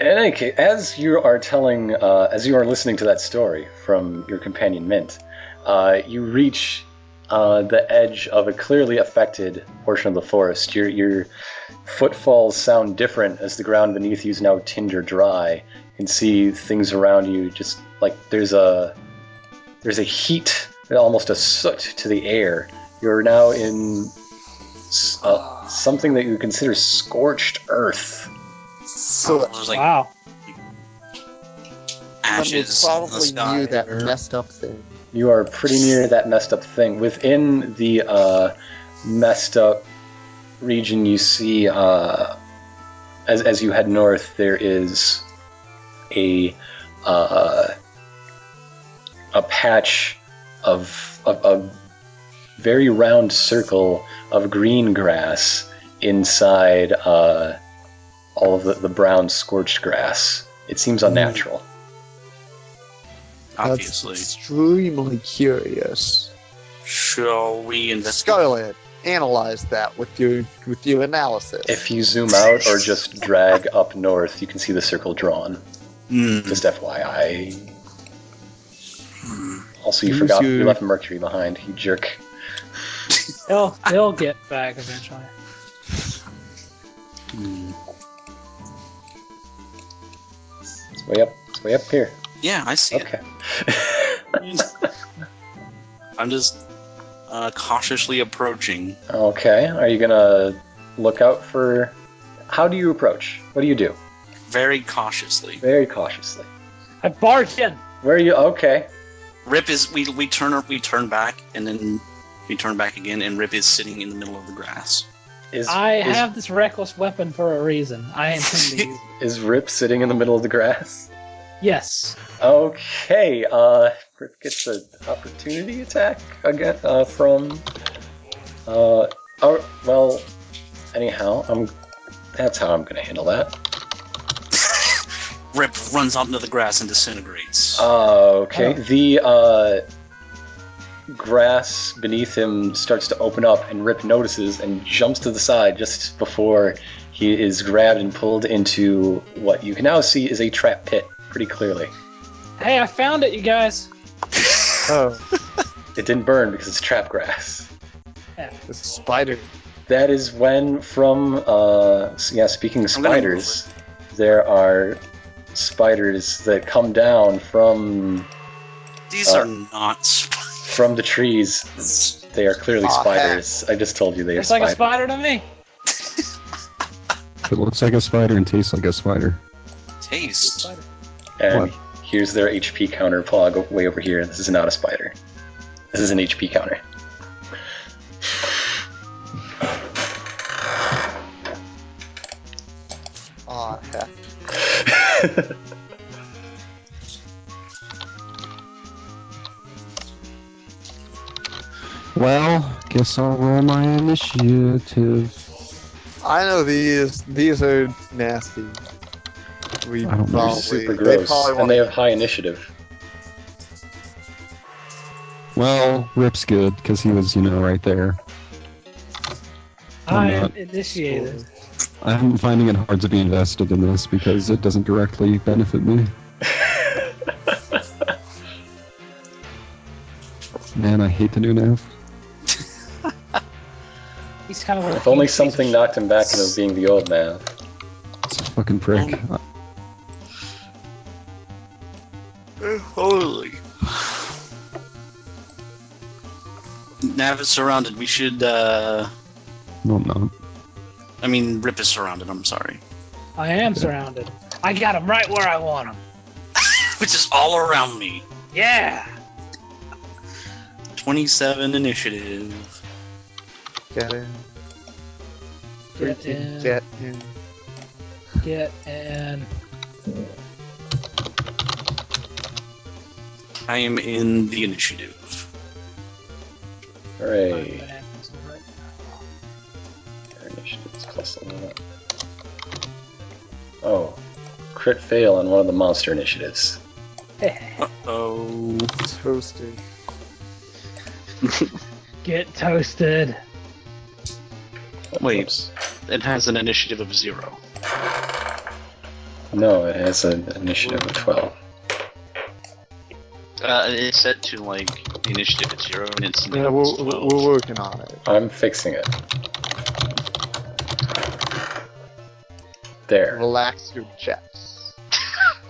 In any case, as you are telling, uh, as you are listening to that story from your companion Mint, uh, you reach uh, the edge of a clearly affected portion of the forest. Your, your footfalls sound different as the ground beneath you is now tinder dry. You can see things around you, just like there's a there's a heat, almost a soot to the air. You're now in s- uh, something that you consider scorched earth. So There's like wow. ashes Then we in the probably sky. knew that messed up thing. You are pretty near that messed up thing. Within the uh, messed up region, you see, uh, as, as you head north, there is a uh, a patch of, of a very round circle of green grass inside uh, all of the, the brown scorched grass. It seems unnatural. Obviously. That's extremely curious. Shall we investigate? Scarlet, analyze that with your with your analysis. If you zoom out or just drag up north, you can see the circle drawn. Hmm. Just FYI. Hmm. Also, you Use forgot your- you left Mercury behind, you jerk. He'll he'll get back eventually. Hmm. It's way up, it's way up here. Yeah, I see Okay. it. I'm just uh, cautiously approaching. okay. Are you gonna look out for? How do you approach? What do you do? Very cautiously. Very cautiously. I barged in. Where are you? Okay. Rip is we we turn we turn back and then we turn back again and Rip is sitting in the middle of the grass. Is I is, have this reckless weapon for a reason. I intend to use it. is Rip sitting in the middle of the grass? Yes. Okay. Uh, Rip gets an opportunity attack again uh, from. Uh, oh, well. Anyhow, I'm. That's how I'm gonna handle that. Rip runs onto the grass and disintegrates. Uh, Oh, okay. Oh. The uh, grass beneath him starts to open up, and Rip notices and jumps to the side just before he is grabbed and pulled into what you can now see is a trap pit pretty clearly. Hey, I found it, you guys. oh, It didn't burn because it's trap grass. the spider. That is when, from uh, s- yeah, speaking of I'm gonna move spiders, there are spiders that come down from These uh, are not spiders. from the trees. They are clearly Aw, spiders. I just told you they are It's like a spiders. spider to me. It looks like a spider and tastes like a spider. Taste. And What? here's their HP counter plug way over here. This is not a spider. This is an HP counter. Aw, heck. Well, guess I'll roll my initiative. I know these these are nasty. We I don't think probably Super Oh, they gross. probably and won't. they have high initiative. Well, Rip's good because he was, you know, right there. I am not. initiated. I'm finding it hard to be invested in this because it doesn't directly benefit me. Man, I hate the new nav. He's kind of a If only something knocked him back into being the old man. It's a fucking prick. Um, Holy. Nav is surrounded. We should, uh. No, I'm not. I mean, Rip is surrounded. I'm sorry. I am surrounded. I got him right where I want him. Which is all around me. Yeah. 27 initiative. Get in. Get Freaking in. Get in. Get in. I am in the initiative. Hooray. Their initiative is plus 11. Oh. Crit fail on one of the monster initiatives. Uh oh. Toasty. Get toasted. Wait. Oops. It has an initiative of zero. No, it has an initiative of 12. Uh, it's set to like initiative at zero, and it's Yeah, we're, we're working on it. I'm fixing it. There. Relax your jets.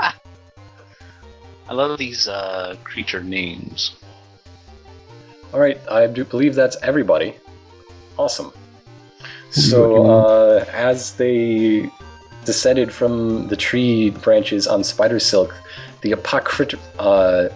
I love these uh, creature names. All right, I do believe that's everybody. Awesome. So, uh, as they descended from the tree branches on Spider Silk, the apocryph. Uh,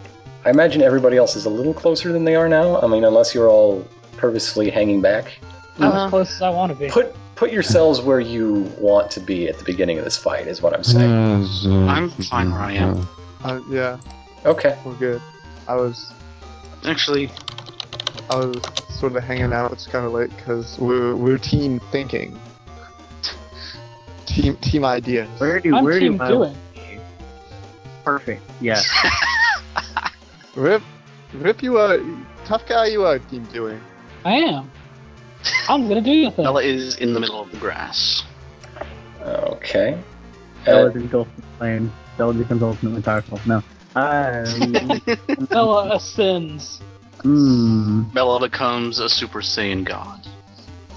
I imagine everybody else is a little closer than they are now. I mean, unless you're all purposefully hanging back. I'm Uh-huh. as close as I want to be. Put put yourselves where you want to be at the beginning of this fight is what I'm saying. I'm fine where I am. Uh, yeah, Okay. we're good. I was Actually, I was sort of hanging out with Scarlet because we're we're team thinking, team team ideas. Where do I'm where do team my doing. perfect? Yeah. Rip, Rip, you are tough guy. You are team doing. I am. I'm gonna do the thing. Bella is in the middle of the grass. Okay. Bella Uh, becomes ultimately lame. Bella becomes ultimately powerful. No. Um, Bella ascends. hmm. Bella becomes a Super Saiyan god.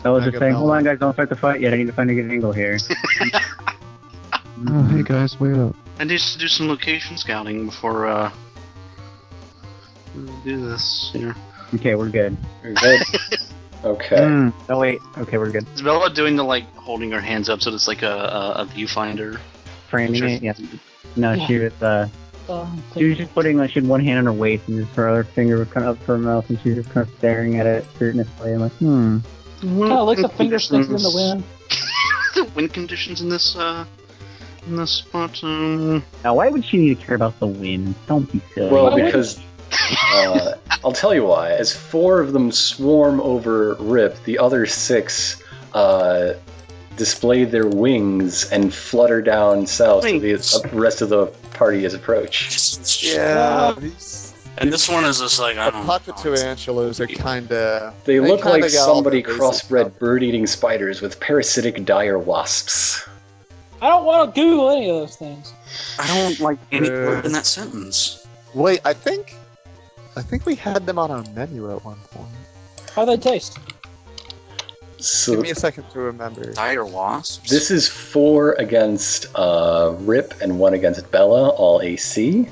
Bella's I just got saying, that "Hold one. on, guys, don't start the fight yet. I need to find a good angle here." Mm-hmm. Oh, hey guys, wait up. I need to do some location scouting before uh, we do this. You know. okay, we're good. you're good. Uh, Okay. Mm. Oh wait. Okay, we're good. Is Bella doing the like holding her hands up so it's like a, a, a viewfinder? Framing it. Yes. No, she was. Uh, Um, she was just putting like she had one hand on her waist and just her other finger was kind of up to her mouth and she was just kind of staring at it curiously and like, hmm. Bella looks a finger sticking in the wind. the wind conditions in this uh, in this spot. Um, Now, why would she need to care about the wind? Don't be silly. Well, Why wouldn't because uh, I'll tell you why. As four of them swarm over Rip, the other six uh, display their wings and flutter down south to Wings. the rest of the party's approach. Yeah, these And this one is just like I don't pocket know. tarantulas are kind of. They, They look kinda like got all somebody the basic crossbred stuff. bird-eating spiders with parasitic dire wasps. I don't want to Google any of those things. I don't like any Uh, word in that sentence. Wait, I think, I think we had them on our menu at one point. How they taste? Give So me a second to remember. Dire wasps. this is four against uh, Rip and one against Bella, all AC.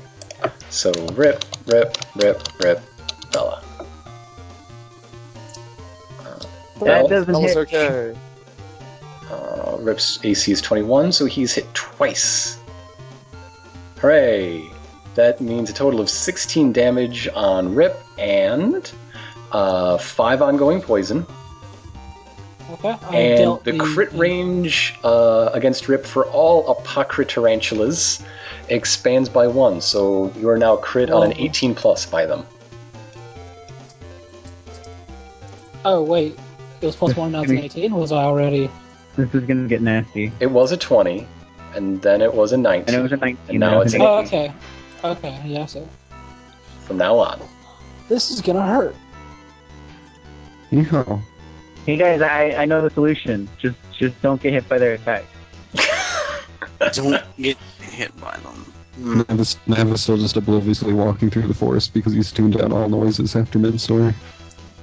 So Rip, Rip, Rip, Rip, Bella. that Well, doesn't That was hit. okay. Uh, Rip's AC is 21, so he's hit twice. Hooray! That means a total of 16 damage on Rip and uh, 5 ongoing poison. Okay. I and dealt the crit range uh, against Rip for all Apocry Tarantulas expands by 1, so you are now crit on an Oh. 18 plus by them. Oh wait, it was plus one, now it's an eighteen. Was I already? This is gonna get nasty. It was a 20, and then it was a And 19 it was a 19. And now it it's was an Oh 18. okay, okay, yeah. So from now on. this is gonna hurt. Yeehaw. Hey guys, I, I know the solution. Just just don't get hit by their attacks. don't get hit by them. Navis, Navis still just obliviously walking through the forest because he's tuned out all noises after mid-story.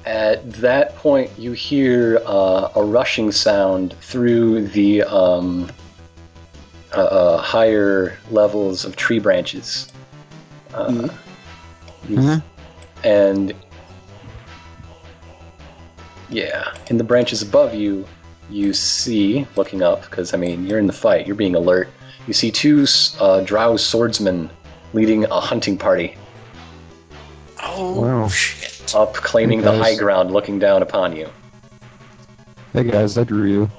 At that point, you hear uh, a rushing sound through the um, uh, uh, higher levels of tree branches. Uh, you- Mhm. And yeah, in the branches above you, you see, looking up, because I mean, you're in the fight, you're being alert, you see two s- uh, drow swordsmen leading a hunting party Oh Wow. shit! up, claiming the Guys. high ground, looking down upon you. Hey guys, I drew you.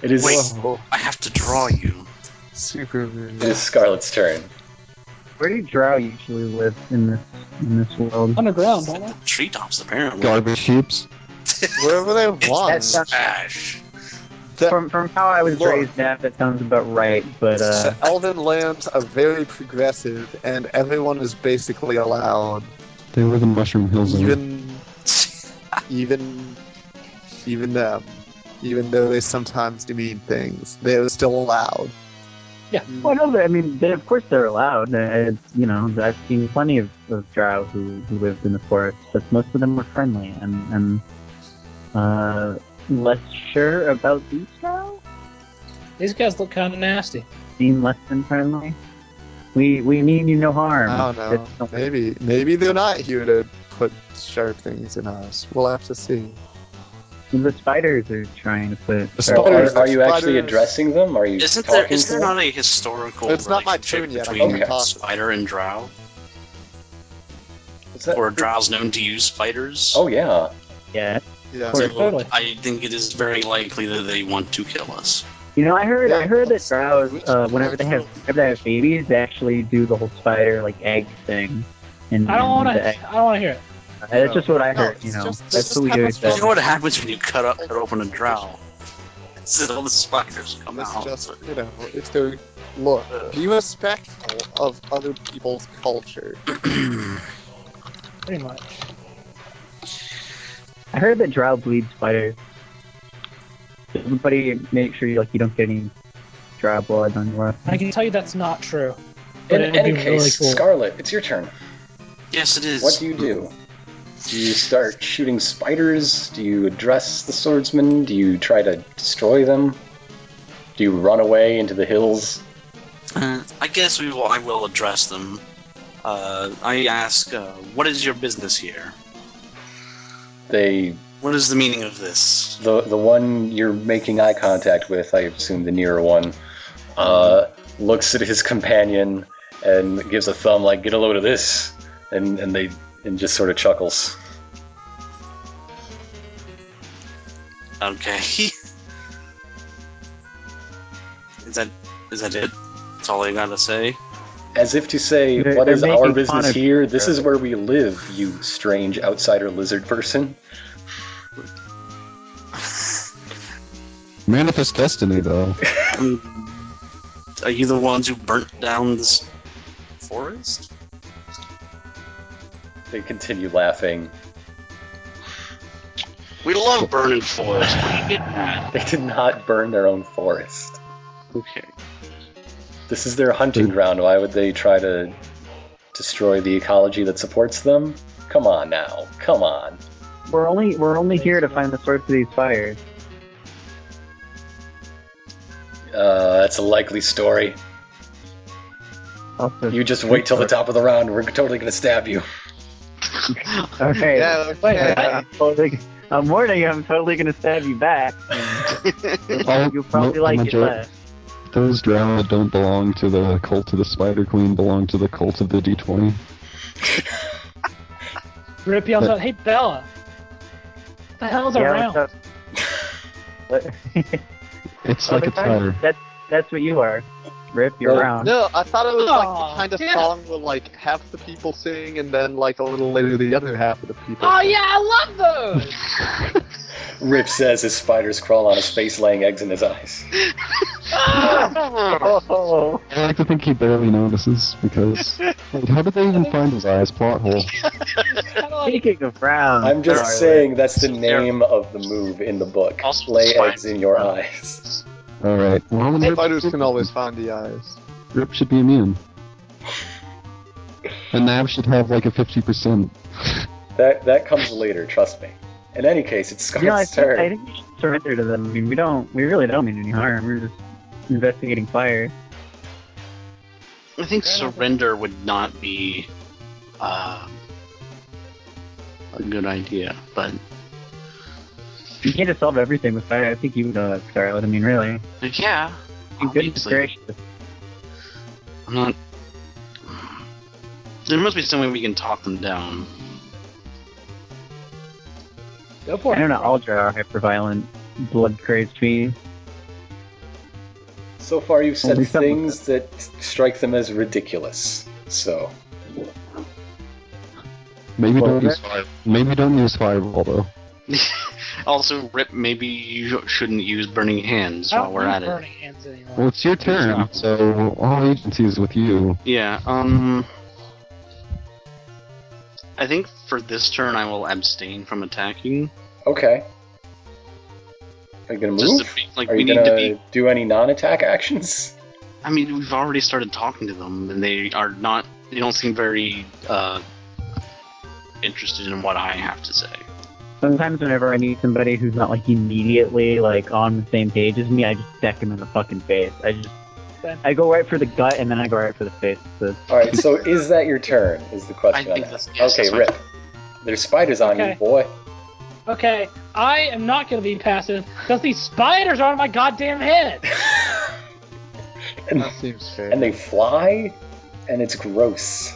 It is. Wait. Whoa, I have to draw you. super It is Scarlet's turn. Where do Drow usually live in this in this world? Underground, don't they? Treetops, apparently. Garbage heaps. Wherever they want. That's- Ash. That- From from how I was Look. raised, that that sounds about right. But uh, The Elven lands are very progressive, and everyone is basically allowed. They live Mm-hmm. in Mushroom Hills. and Even, even, even them. even though they sometimes demean things. They were still allowed. Hmm, Well, no, but, I mean, they, of course they're allowed. Uh, It's, you know, I've seen plenty of, of drow who, who lived in the forest, but most of them were friendly and and uh, less sure about these drow. These guys look kind of nasty. Seem less than friendly. We we mean you no harm. I don't know. It's- Maybe maybe they're not here to put sharp things in us. We'll have to see. the spiders are trying to put. The But spiders- are, are you actually Spiders. addressing them? Are you Isn't talking there is to there them? not a historical It's not my relationship tune yet, I'm between gonna toss it. spider and drow? What's that? Or drow's known to use spiders? Oh yeah. Yeah. Yeah. Or- So Totally. I think it is very likely that they want to kill us. You know, I heard I Yeah. heard that drows uh, whenever they have whenever they have babies, they actually do the whole spider like egg thing. And, I don't want and the egg- Mm, to. I don't want to hear it. That's just what I No, heard. it's you know, just- that's this what we just do. happens is that- You know what happens when you cut up cut open a drow? Is that all the spiders come um, It's out? just you know, it's to look, be respectful of other people's culture. Pretty much. I heard that drow bleed spiders. Everybody, make sure you like you don't get any drow blood on your I weapon. can tell you that's not true. In But it would any be case, really cool. Scarlet, it's your turn. Yes, it is. What do you do? Do you start shooting spiders? Do you address the swordsman? Do you try to destroy them? Do you run away into the hills? Uh, I guess we will. I will address them. Uh, I ask, uh, what is your business here? They, What is the meaning of this? the the one you're making eye contact with, I assume the nearer one, uh, looks at his companion and gives a thumb like, "Get a load of this," and and they and just sort of chuckles. Okay. is that is that it? That's all I gotta say. As if to say, They're- "What they're is our making fun business of- here? This is where we live, you strange outsider lizard person." Manifest destiny, though. Um, are you the ones who burnt down this forest? They continue laughing. We love burning forests. What are you getting at? They did not burn their own forest. Okay. This is their Hmm. hunting ground. Why would they try to destroy the ecology that supports them? Come on now. Come on. We're only we're only here to find the source of these fires. Uh, that's a likely story. Also, You just wait till the top of the round. We're totally going to stab you. okay. Yeah, Wait, yeah. I'm totally. I'm warning you. I'm totally gonna stab you back. All- You'll probably mo- like it major- less. Those drow that don't belong to the cult of the Spider Queen belong to the cult of the D20. Rip yells out, "Hey Bella, what the hell's around?" what's up? What- It's like a Other tire. guys, That's that's what you are. Rip, you're Well, around. No, I thought it was like Aw, the kind of yeah. song where like half the people sing and then like a little later the other half of the people. Oh yeah, I love those. Rip says as spiders crawl on his face, laying eggs in his eyes. Oh, I like to think he barely notices because. Like, how did they even find his eyes? Plot hole. Kinda like- speaking of round, I'm Sorry, just saying that's the So they're- name of the move in the book. Also Lay spiders. eggs in Uh, your eyes. Alright. Well, then Rip, Spiders can always find the eyes. Rip should be immune. And Nav should have like a 50%. That that comes later, trust me. In any case, it's you know, I Scott's think, I turn. think we should surrender to them. I mean, we don't, we really don't mean any harm. We're just investigating fire. I think surrender would not be um a good idea, but You can't just solve everything with fire. I think you would know that, Scarlet. I mean, really, yeah, goodness obviously. gracious. I'm not. There must be some way we can talk them down. Go I for it. don't know. All drow are hyperviolent, blood crazed fiends. So far, you've said Only some of things that strike them as ridiculous. So, Maybe Well, don't use fire. Maybe don't use fireball though. Also, Rip, maybe you shouldn't use burning hands I while don't we're need at it. Oh, burning hands anymore. Well, it's your turn, so all agency is with you. Yeah. Um. I think for this turn, I will abstain from attacking. okay. Are you gonna Just move? to be- like Are we you need gonna to be. do any non-attack actions? I mean, we've already started talking to them, and they are not. They don't seem very uh, interested in what I have to say. Sometimes whenever I need somebody who's not like immediately like on the same page as me, I just deck him in the fucking face. I just Same. I go right for the gut and then I go right for the face. So All right. So is that your turn? Is the question? I think I'm that's- asking. yes, that's okay, my Rip. There's spiders on you, Okay. boy. Okay, I am not gonna be passive because these spiders are on my goddamn head. And, That seems fair. and they fly, and it's gross.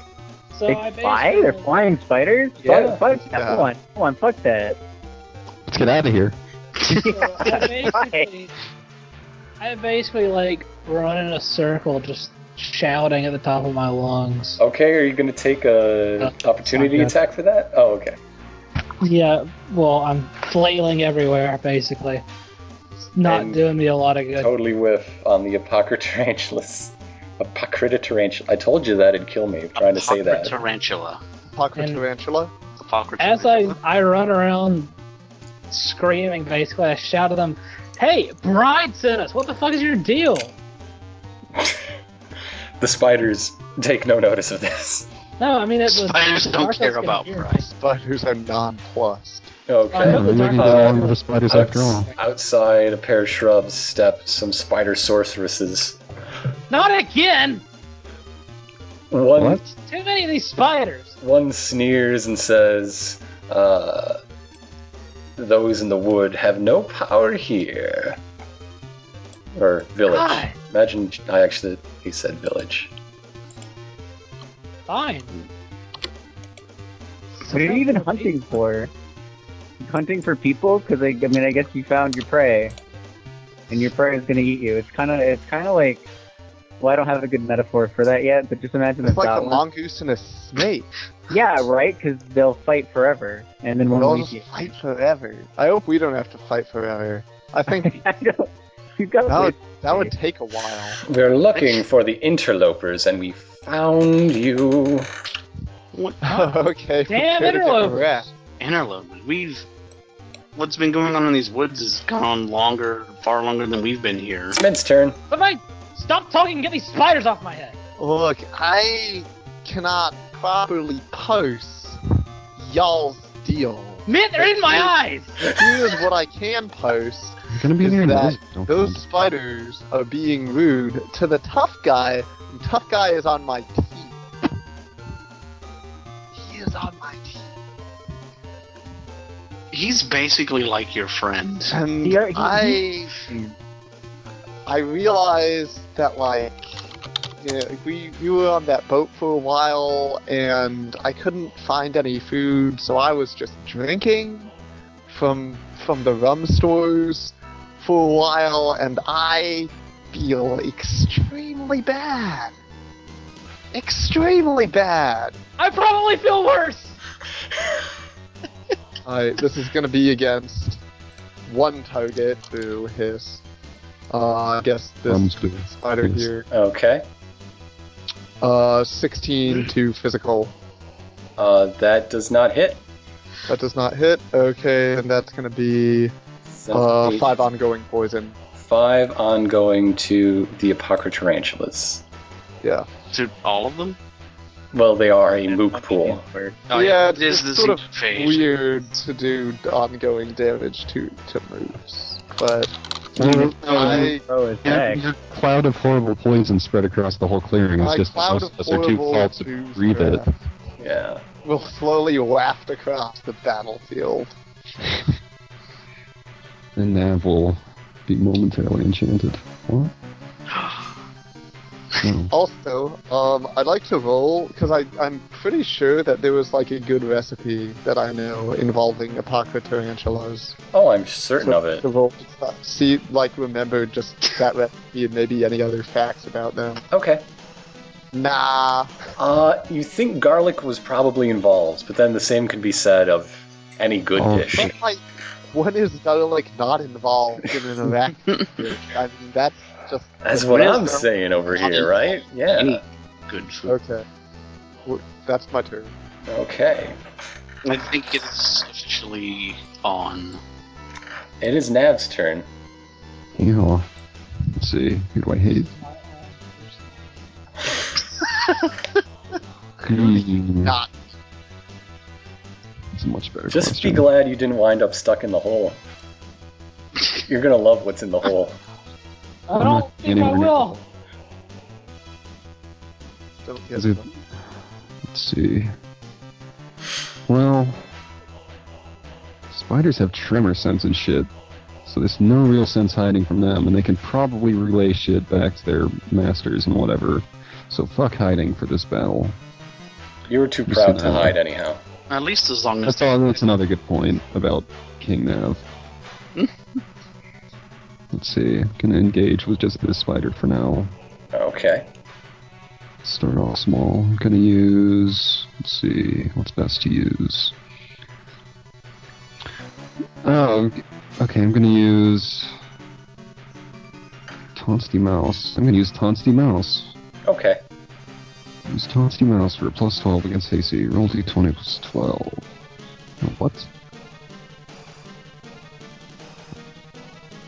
So I they fly? basically They're flying spiders? Yeah. Fuck, fuck that. Yeah. Hold on. Hold on. Fuck that. Let's get out of here. So I basically, I basically like run in a circle, just shouting at the top of my lungs. Okay, are you gonna take a Uh, opportunity not yet. attack for that? Oh, okay. Yeah, well, I'm flailing everywhere, basically. It's Not And- doing me a lot of good. Totally whiff on the Apocrytarantulas. Apocrytatarantula. I told you that'd kill me trying to say that. Tarantula. Pocket and- tarantula. As I, I run around screaming, basically, I shout at them, Hey, Bride sent us! What the fuck is your deal? The spiders take no notice of this. No, I mean, it, the, Spiders don't Marco's care gonna about hear. price. Spiders are nonplussed. I Okay. know Yeah, the maybe dark they're side- all over spiders after all. Outs- outside, a pair of shrubs step some spider sorceresses. Not again! One What? Too many of these spiders! one sneers and says, uh, "Those in the wood have no power here." Or village. God. Imagine I actually he said village. Ah, Fine. What are you even hunting for? Hunting for people? Because I, I mean, I guess you found your prey, and your prey is gonna eat you. It's kind of, it's kind of like. Well, I don't have a good metaphor for that yet, but just imagine It's a like a goblin. mongoose and a snake. Yeah, right. Because they'll fight forever, and then We'll one all week. just fight forever. I hope we don't have to fight forever. I think I don't. You've got that to would, that would take a while. We're looking for the interlopers, and we found you. What okay. prepare Damn to get interlopers. wrecked. antelope? We've what's been going on in these woods has gone on longer, far longer than we've been here. It's Mid's turn. Somebody stop talking and get these spiders off my head! Look, I cannot properly post y'all's deal. Man, they're in my eyes! Here's what I can post. You're gonna be Is in here. that now. Those spiders are being rude to the tough guy. and tough guy is on my team. He is on my team. He's basically like your friend. And He are- he- I, he- I realized that like, you know, we we were on that boat for a while, and I couldn't find any food, so I was just drinking from from the rum stores for a while, and I feel extremely bad. Extremely bad. I probably feel worse! Alright, this is gonna be against one target through his. Uh, I guess this Thumbs do. spider Yes. here. Okay. Uh, 16 to physical. Uh, that does not hit. That does not hit. Okay, and that's gonna be So uh, eight- five ongoing poison. five ongoing to the Apocrytarantulas. Yeah. To all of them? Well, they are a mook pool. Oh, Yeah, it is it's the sort same of phase. Weird to do ongoing damage to to moves, but Well, uh, I Oh, it's yeah, heck. your cloud of horrible poison spread across the whole clearing. It's my just that cloud most of of us are too horrible tall to twos breathe it. breath Yeah. will slowly waft across the battlefield. And Nav will be momentarily enchanted. What? No. Also, um, I'd like to roll because I'm pretty sure that there was like a good recipe that I know involving apocrypha tarantulas. Oh, I'm certain of it. To roll to stuff. See, like, remember just that recipe and maybe any other facts about them. Okay. Nah. Uh, you think garlic was probably involved, but then the same could be said of any good Oh. dish. But, like, when is garlic not involved in an arachnid? dish? I mean, that's just. That's what I'm Garlic- saying over here, right? Any Yeah. good food. Okay. Well, that's my turn. Okay. I think it's officially on. It is Nav's turn. Ew. Let's see. Who do I hate? Hmm, Not. It's a much better Just question. be glad you didn't wind up stuck in the hole. You're gonna love what's in the hole. I don't think I Anywhere near- will. Don't get Is it- Let's see. Well, spiders have tremor sense and shit, so there's no real sense hiding from them, and they can probably relay shit back to their masters and whatever. So fuck hiding for this battle. You were too Just proud to an hour. hide, anyhow. At least as long as That's all. That's another good point about King Nav. Let's see. I'm gonna engage with just this spider for now. Okay. Start off small. I'm gonna use. Let's see. What's best to use? Oh, okay. I'm gonna use. Tonsty Mouse. I'm gonna use Tonsty Mouse. Okay. Use Tonsty Mouse for a plus 12 against AC. Roll d20 plus 12. What?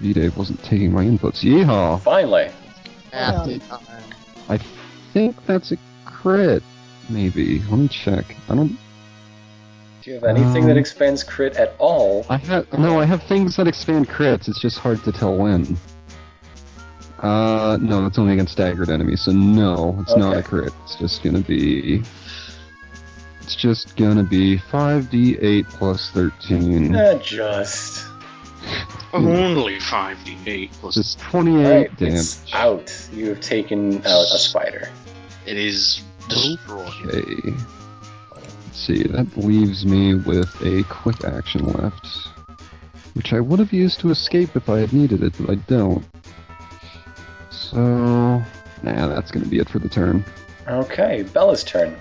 V Dave wasn't taking my inputs. Yeehaw! Finally. nasty time. I think that's a crit. Maybe. Let me check. I don't. Do you have anything Um, that expands crit at all? I have no. I have things that expand crits. It's just hard to tell when. Uh, no, it's only against staggered enemies, so no, it's not Okay. a crit. It's just gonna be. It's just gonna be 5d8 plus 13. Not Uh, just. only 5d8 plus Just 28 Alright, damage. it's out. You have taken out a spider. it is destroyed. Okay. Let's see, that leaves me with a quick action left, which I would have used to escape if I had needed it, but I don't. So, nah, that's gonna be it for the turn. Okay, Bella's turn.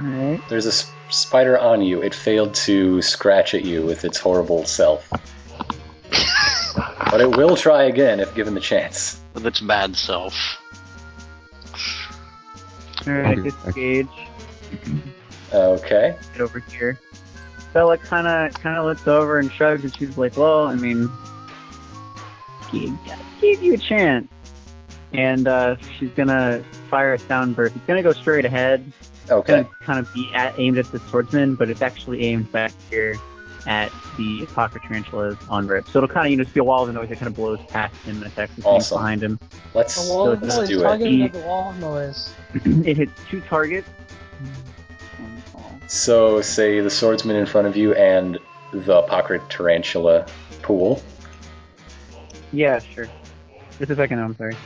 Alright. There's a s- spider on you. It failed to scratch at you with its horrible self. but it will try again if given the chance. With its bad self. Alright, Okay. disengage. Okay. Get over here. Bella kind of kind of looks over and shrugs, and she's like, "Well, I mean, gave, gave you a chance." And uh, she's gonna fire a sound burst. It's gonna go straight ahead. It's Okay. gonna kind of be at, aimed at the swordsman, but it's actually aimed back here at the pocket tarantulas on rip. So it'll kind of you know just be a wall of noise that kind of blows past him and attacks the things Awesome. behind him. Let's The wall of let's noise. do it. Targeted at the wall of noise. it hits two targets. So say the swordsman in front of you and the pocket tarantula pool. Yeah, sure. Just a second, I'm sorry.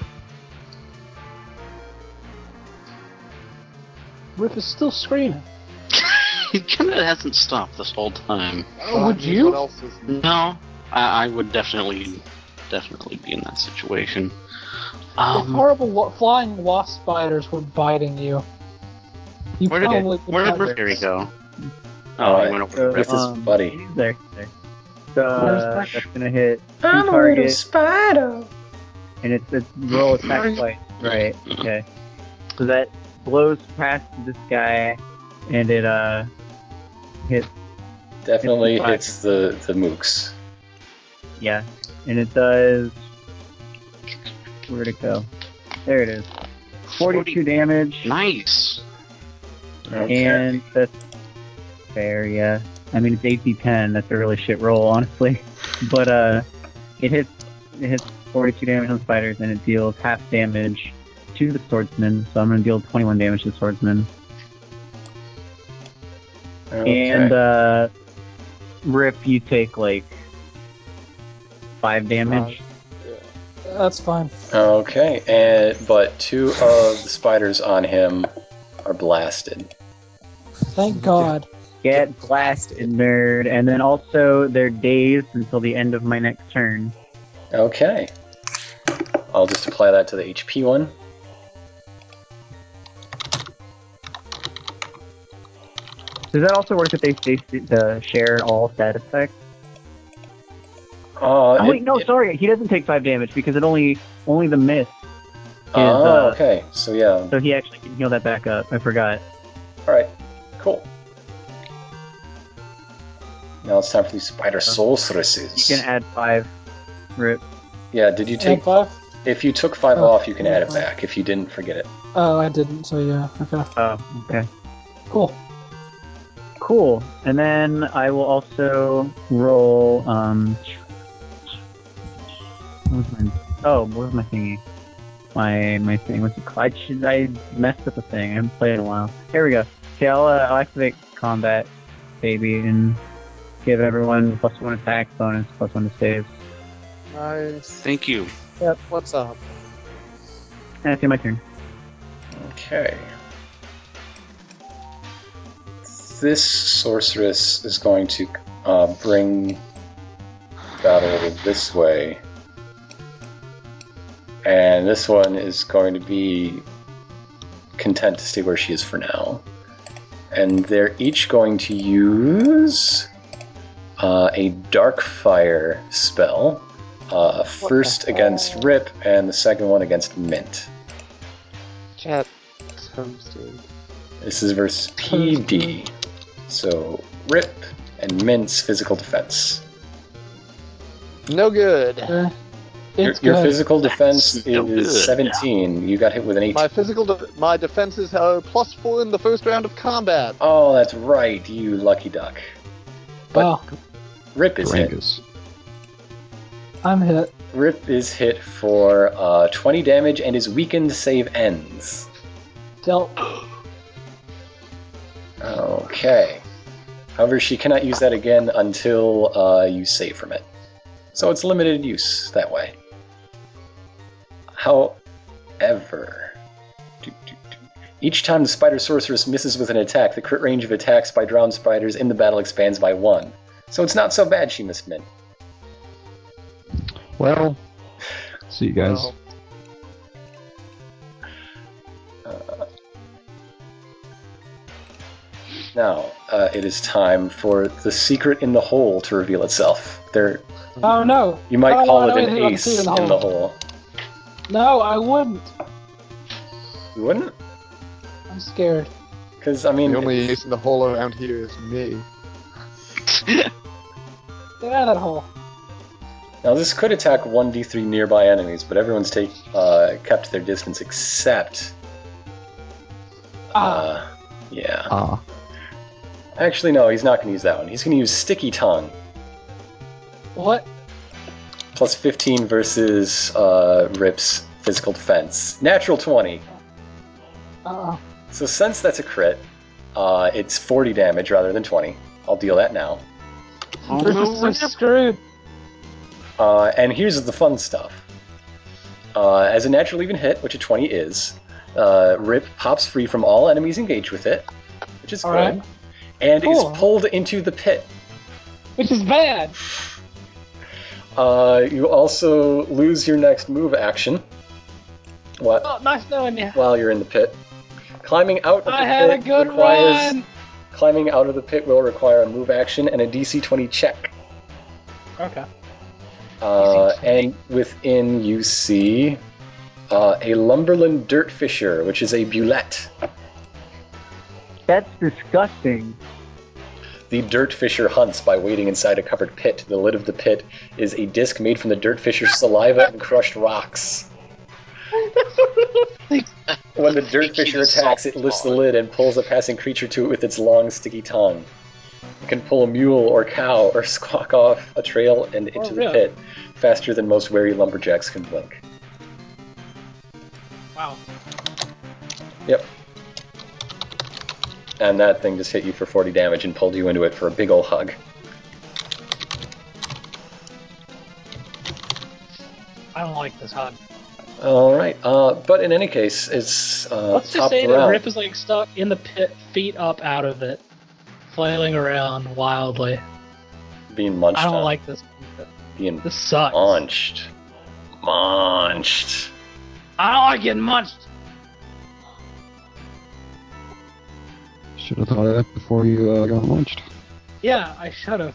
Rip is still screaming. It kind of hasn't stopped this whole time. Well, I would mean, you? What else is new? No, I, I would definitely, definitely be in that situation. the Um, horrible wa- flying wasp spiders were biting you. You where did it, probably would where did have it. Rippery go? Oh, Alright. he went Uh, over to Rip. This is buddy. Um, he's There, there. So Where's uh, Bush? that's gonna hit two I'm a little targets, spider. and it's, it's roll attack twice. Right. Okay. So that blows past this guy, and it uh hits Definitely Fifty-five. hits the the mooks. Yeah, and it does. Where'd it go? There it is. 42 damage, Nice. Okay. and that's fair, yeah. I mean, it's AC 10. That's a really shit roll, honestly. But, uh, it hits, it hits 42 damage on spiders, and it deals half damage to the swordsman, so I'm gonna deal 21 damage to the swordsman. okay. And, uh, Rip, you take, like, 5 damage. That's fine. uh, okay. And but two of the spiders on him are blasted. Thank God. Get blasted, nerd. And then also, they're dazed until the end of my next turn. Okay. I'll just apply that to the HP one. Does that also work if they, they uh, share all stat effects? Uh, Oh, it- wait, no, it- sorry. He doesn't take five damage because it only only the miss. oh, uh, okay. So yeah. So he actually can heal that back up. I forgot. All right. Cool. Now it's time for these spider You sorceresses. can add five. Rip. Yeah, did you take? And five? If you took five Oh, off, you can add it okay. back. If you didn't, forget it. Oh, I didn't. So yeah. Okay. Oh, okay. Cool. Cool. And then I will also roll. Um, what was my? Oh, what was my thingy? My my thing. What's it called? I, should, I messed up a thing. I haven't played in a while. Here we go. Okay, I'll, uh, I'll activate combat, baby, and give everyone plus one attack bonus, plus one to save. Nice. Thank you. Yep. What's up? And it's my turn. Okay. This sorceress is going to uh, bring battle this way. And this one is going to be content to stay where she is for now. And they're each going to use uh, a dark fire spell. Uh, first against Rip, and the second one against Mint. Chat toasted. This is versus PD. So rip and mince physical defense. No good. Okay. Your, It's your good. physical defense That's no good. is 17. You got hit with an 18. My physical, de- my defenses have plus four in the first round of combat. Oh, that's right, you lucky duck. But Wow. Rip is hit. Brangus. I'm hit. Rip is hit for uh, 20 damage and his weakened save ends. Dealt. Okay. However, she cannot use that again until uh, you save from it. So it's limited use that way. However, do, do, do. each time the spider sorceress misses with an attack, the crit range of attacks by drowned spiders in the battle expands by one. So it's not so bad she missed Mint. Well, see you guys. Well, Now, uh, it is time for the secret in the hole to reveal itself. There, Oh no. you might Oh, call I it know an anything about the ace secret in the, hole. No, I wouldn't. You wouldn't? I'm scared. Because, I mean, the only ace in the hole around here is me. Get out of that hole. Now this could attack 1d3 nearby enemies, but everyone's take, uh, kept their distance except. Ah. Uh, yeah. Ah, Actually, no, he's not going to use that one. He's going to use Sticky Tongue. what? Plus 15 versus uh, Rip's physical defense. Natural 20. Uh-oh. So since that's a crit, uh, it's 40 damage rather than 20. I'll deal that now. Oh, We're no, so Rip. screwed. Uh, and here's the fun stuff. Uh, as a natural even hit, which a 20 is, uh, Rip pops free from all enemies engaged with it, which is All good, right. and Cool. is pulled into the pit. Which is bad. Uh, you also lose your next move action while, Oh, nice knowing you. while you're in the pit. Climbing out of the I had a pit good requires run. climbing out of the pit will require a move action and a DC 20 check. Okay. Uh, DC 20. and within you see uh, a Lumberland Dirt Fisher, which is a bulette. That's disgusting. The dirt fisher hunts by wading inside a covered pit. The lid of the pit is a disc made from the dirt fisher's saliva and crushed rocks. when the dirt fisher attacks, it lifts the lid and pulls a passing creature to it with its long, sticky tongue. It can pull a mule or cow or squawk off a trail and into the really? pit faster than most wary lumberjacks can blink. Wow. And that thing just hit you for 40 damage and pulled you into it for a big ol' hug. I don't like this hug. All right. Uh, but in any case, it's uh, Let's top just say of the that round. Rip is like stuck in the pit, feet up out of it, flailing around wildly. being munched I don't on. like this. being This sucks. munched. Munched. I don't like getting munched. should have thought of that before you uh, got launched. Yeah, I should have.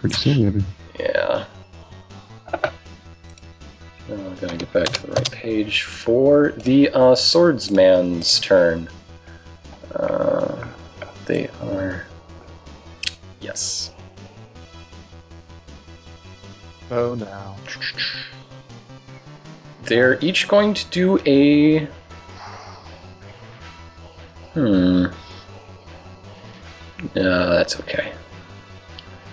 Pretty soon, maybe. Yeah. Now I gotta get back to the right page for the uh, swordsman's turn. Uh, they are. Yes. Oh no. They're each going to do a. Hmm. No, that's okay.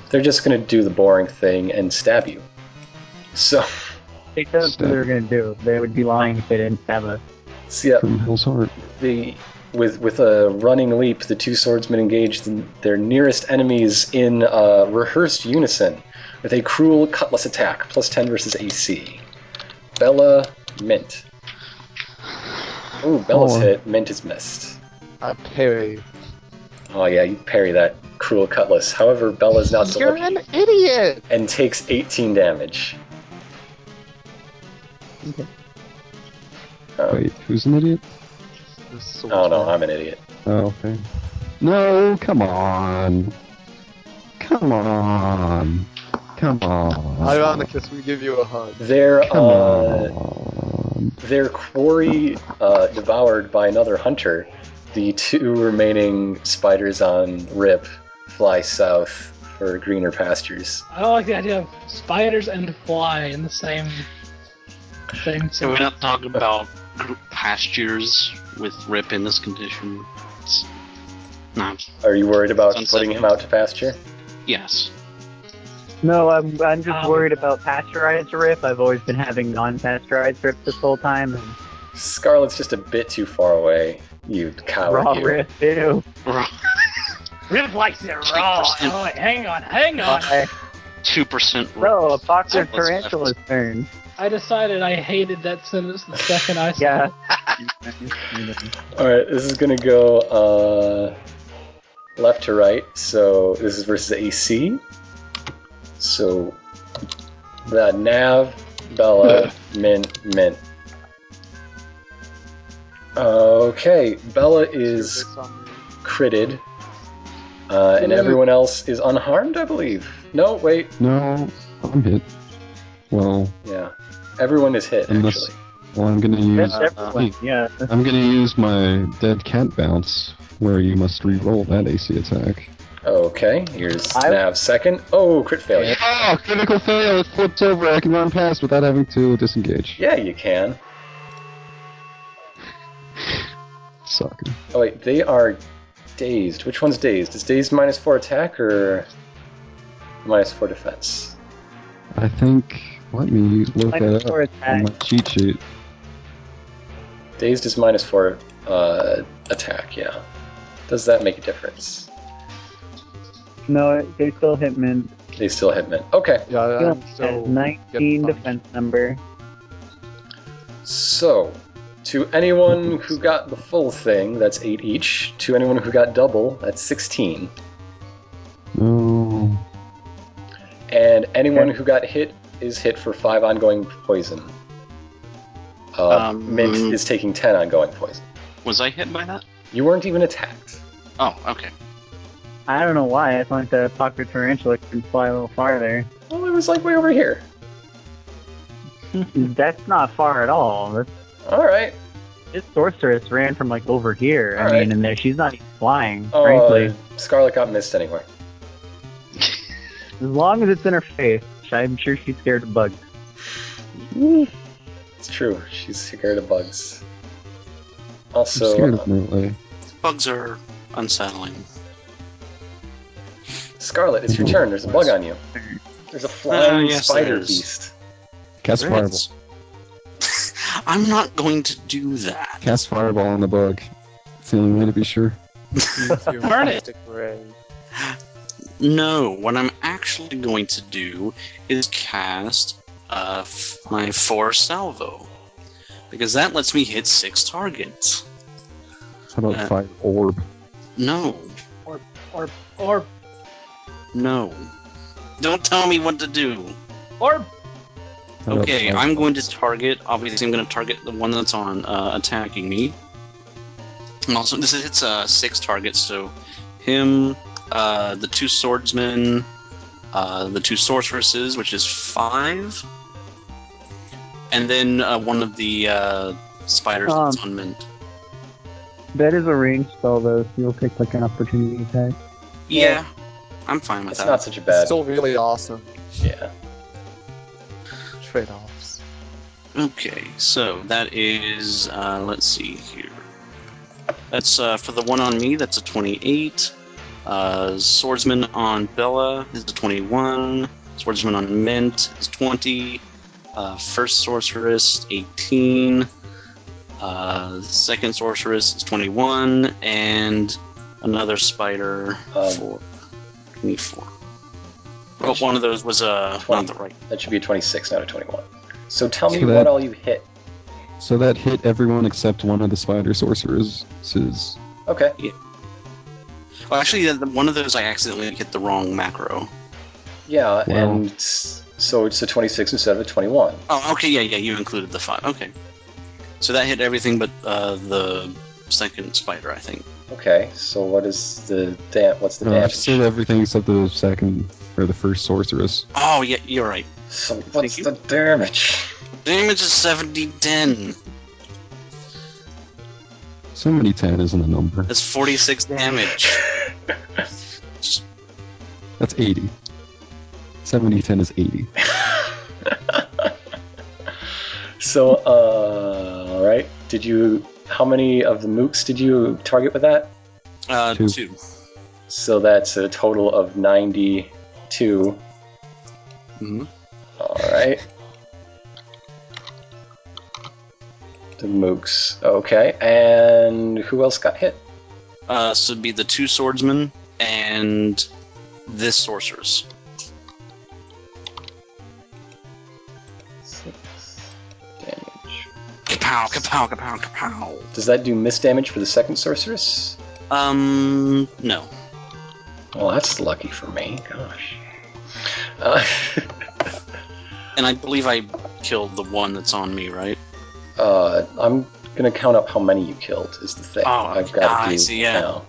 They're just going to do the boring thing and stab you. So, They said that's what they were gonna do. They would be lying if they didn't stab us. so yeah, From Hill's heart. uh, the with with a running leap, the two swordsmen engage the, their nearest enemies in uh, rehearsed unison with a cruel cutlass attack, plus ten versus AC. Bella Mint. Ooh, Bella's Oh. hit. Mint is missed. I parry. Oh yeah, you parry that cruel cutlass. However, Bella's not so You're lucky an idiot! and takes 18 damage. Okay. Um, Wait, who's an idiot? Oh no, I'm an idiot. Oh, okay. No, come on. Come on. Come on. Ironicus, we give you a hug. They're Come uh, on. their quarry uh, devoured by another hunter, the two remaining spiders on Rip fly south for greener pastures. I don't like the idea of spiders and fly in the same same So we're sentence. not talking about gr- pastures with Rip in this condition. It's not. Are you worried about Sunset. putting him out to pasture? Yes. No, I'm I'm just Um, worried about pasteurized rip. I've always been having non-pasteurized rip this whole time, and Scarlet's just a bit too far away. You coward! raw you. rip too. Rip likes it raw. Oh, wait, hang on, hang on. Why? Two percent. No, a box of Let's left. tarantula's turn. I decided I hated that sentence the second I saw Yeah. it. All right, this is gonna go uh, left to right. So this is versus AC. So the Nav, Bella, Mint, Mint. Okay, Bella is critted, uh, and everyone else is unharmed, I believe. No, wait, No, I'm hit. Well, yeah, everyone is hit Unless- actually. well, I'm gonna use uh, That's everyone. hmm. Yeah. I'm gonna use my dead cat bounce, where you must re-roll that AC attack. Okay, here's I- Nav second. Oh, crit failure. Oh, critical fail! It flips over. I can run past without having to disengage. Yeah, you can. Suck. Oh wait, they are dazed. Which one's dazed? Is dazed minus four attack or minus four defense? I think. Let me look that Minus up four on attack. my cheat sheet. Dazed is minus four uh, attack. Yeah. Does that make a difference? No, they still hit min. They still hit men. Okay. Yeah, I'm Has still. 19 punched. defense number. So, to anyone who got the full thing, that's eight each. To anyone who got double, that's sixteen. No. And anyone Okay. who got hit is hit for five ongoing poison. Uh, Um, Mint is taking ten ongoing poison. Was I hit by that? You weren't even attacked. Oh, okay. I don't know why. I thought the pocket tarantula could fly a little farther. Well, it was like way over here. That's not far at all. That's, All right. this sorceress ran from like over here. I All mean, right. and there she's not even flying. Oh, Frankly, Scarlet got missed anyway. as long as it's in her face, I'm sure she's scared of bugs. It's true. She's scared of bugs. I'm scared Also, uh, of melee. Bugs are unsettling. Scarlet, it's your turn. There's a bug on you. There's a flying Uh, yes, spider there is. beast. Cast fireball. Reds. I'm not going to do that. Cast fireball on the bug. It's the only way to be sure. Burn it. No, what I'm actually going to do is cast uh, f- my four salvo because that lets me hit six targets. How about Uh, fire orb? No, Or or no, don't tell me what to do. or How about Okay, fire- I'm going to target. Obviously, I'm going to target the one that's on uh, attacking me. And also, this is it's uh, six targets. So, him, uh, the two swordsmen, uh, the two sorceresses, which is five, and then uh, one of the uh, spiders Um, that's on mint. That is a ranged spell, though, so you'll take like an opportunity attack. Yeah, I'm fine with It's that. not such a It's bad. still really awesome. Yeah. trade offs. Okay, so that is, uh, let's see here. That's uh, for the one on me, that's a 28. Uh, swordsman on Bella is a 21. Swordsman on Mint is 20. Uh, first Sorceress, 18. Uh, second Sorceress is 21. And another Spider, Um, for 24. Well, one of those was uh, not 20. the right. That should be a 26, not a 21. So tell So me that- what all you hit. So that hit everyone except one of the spider Uh, sorcerers. Says, Okay. Well, actually, uh, the- one of those I accidentally hit the wrong macro. Yeah, Wow. and s- so it's a 26 instead of a 21. Oh, okay, yeah, yeah, you included the five. Okay. So that hit everything but uh, the second spider, I think. Okay, so what is the da- what's the no, I've damage? said everything except the second or the first sorceress. Oh, yeah, you're right. So what's you. the damage? Damage is 70 10. Somebody ten isn't a number. That's 46 damage. That's eighty. Seventy ten is eighty. So, uh, all right. Did you? How many of the mooks did you target with that? Uh, Two. two. So that's a total of 92. Mhm. All right. The mooks. Okay, and who else got hit? Uh, so it'd be the two swordsmen and this sorceress. Six damage. Kapow, kapow, kapow, kapow. Does that do miss damage for the second sorceress? Um, no. Well, that's lucky for me. Gosh. Uh, And I believe I killed the one that's on me, right? uh, I'm gonna count up how many you killed. Is the thing Oh, I've got to ah, I do see, yeah. now.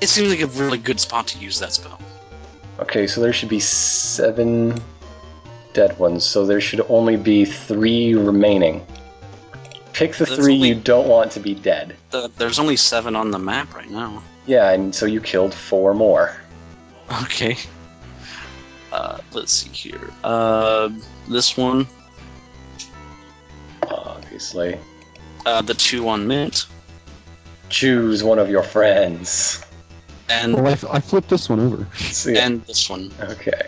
It seems like a really good spot to use that spell. Okay, so there should be seven dead ones. So there should only be three remaining. Pick the That's three only- you don't want to be dead. Th there's only seven on the map right now. Yeah, and so you killed four more. Okay. Uh, let's see here. Uh, this one, Obviously, uh, the two on mint, choose one of your friends. and Well, I, f- I flipped this one over. So, yeah. and this one. Okay.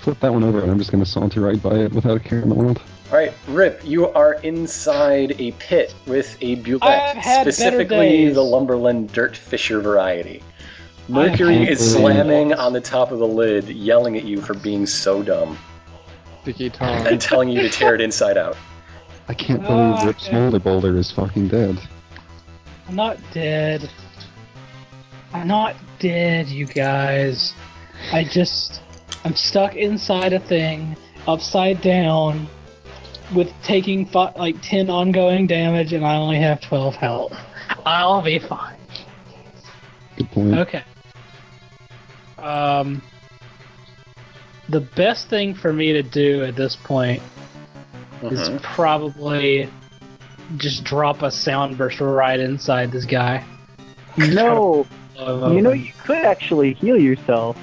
Flip that one over, and I'm just gonna saunter right by it without a care in the world. All right, Rip, you are inside a pit with a bulette, I've had better specifically days. the Lumberland Dirt Fisher variety. Mercury had is better slamming days. on the top of the lid, yelling at you for being so dumb Sticky tongue. and telling you to tear it inside out. I can't Ah, believe Rip okay. Smolder Boulder is fucking dead. I'm not dead. I'm not dead, you guys. I just. I'm stuck inside a thing, upside down, with taking fi- like 10 ongoing damage, and I only have 12 health. I'll be fine. Good point. Okay. Um, the best thing for me to do at this point is Mhm. probably just drop a sound burst right inside this guy. No, Of- you know you could actually heal yourself.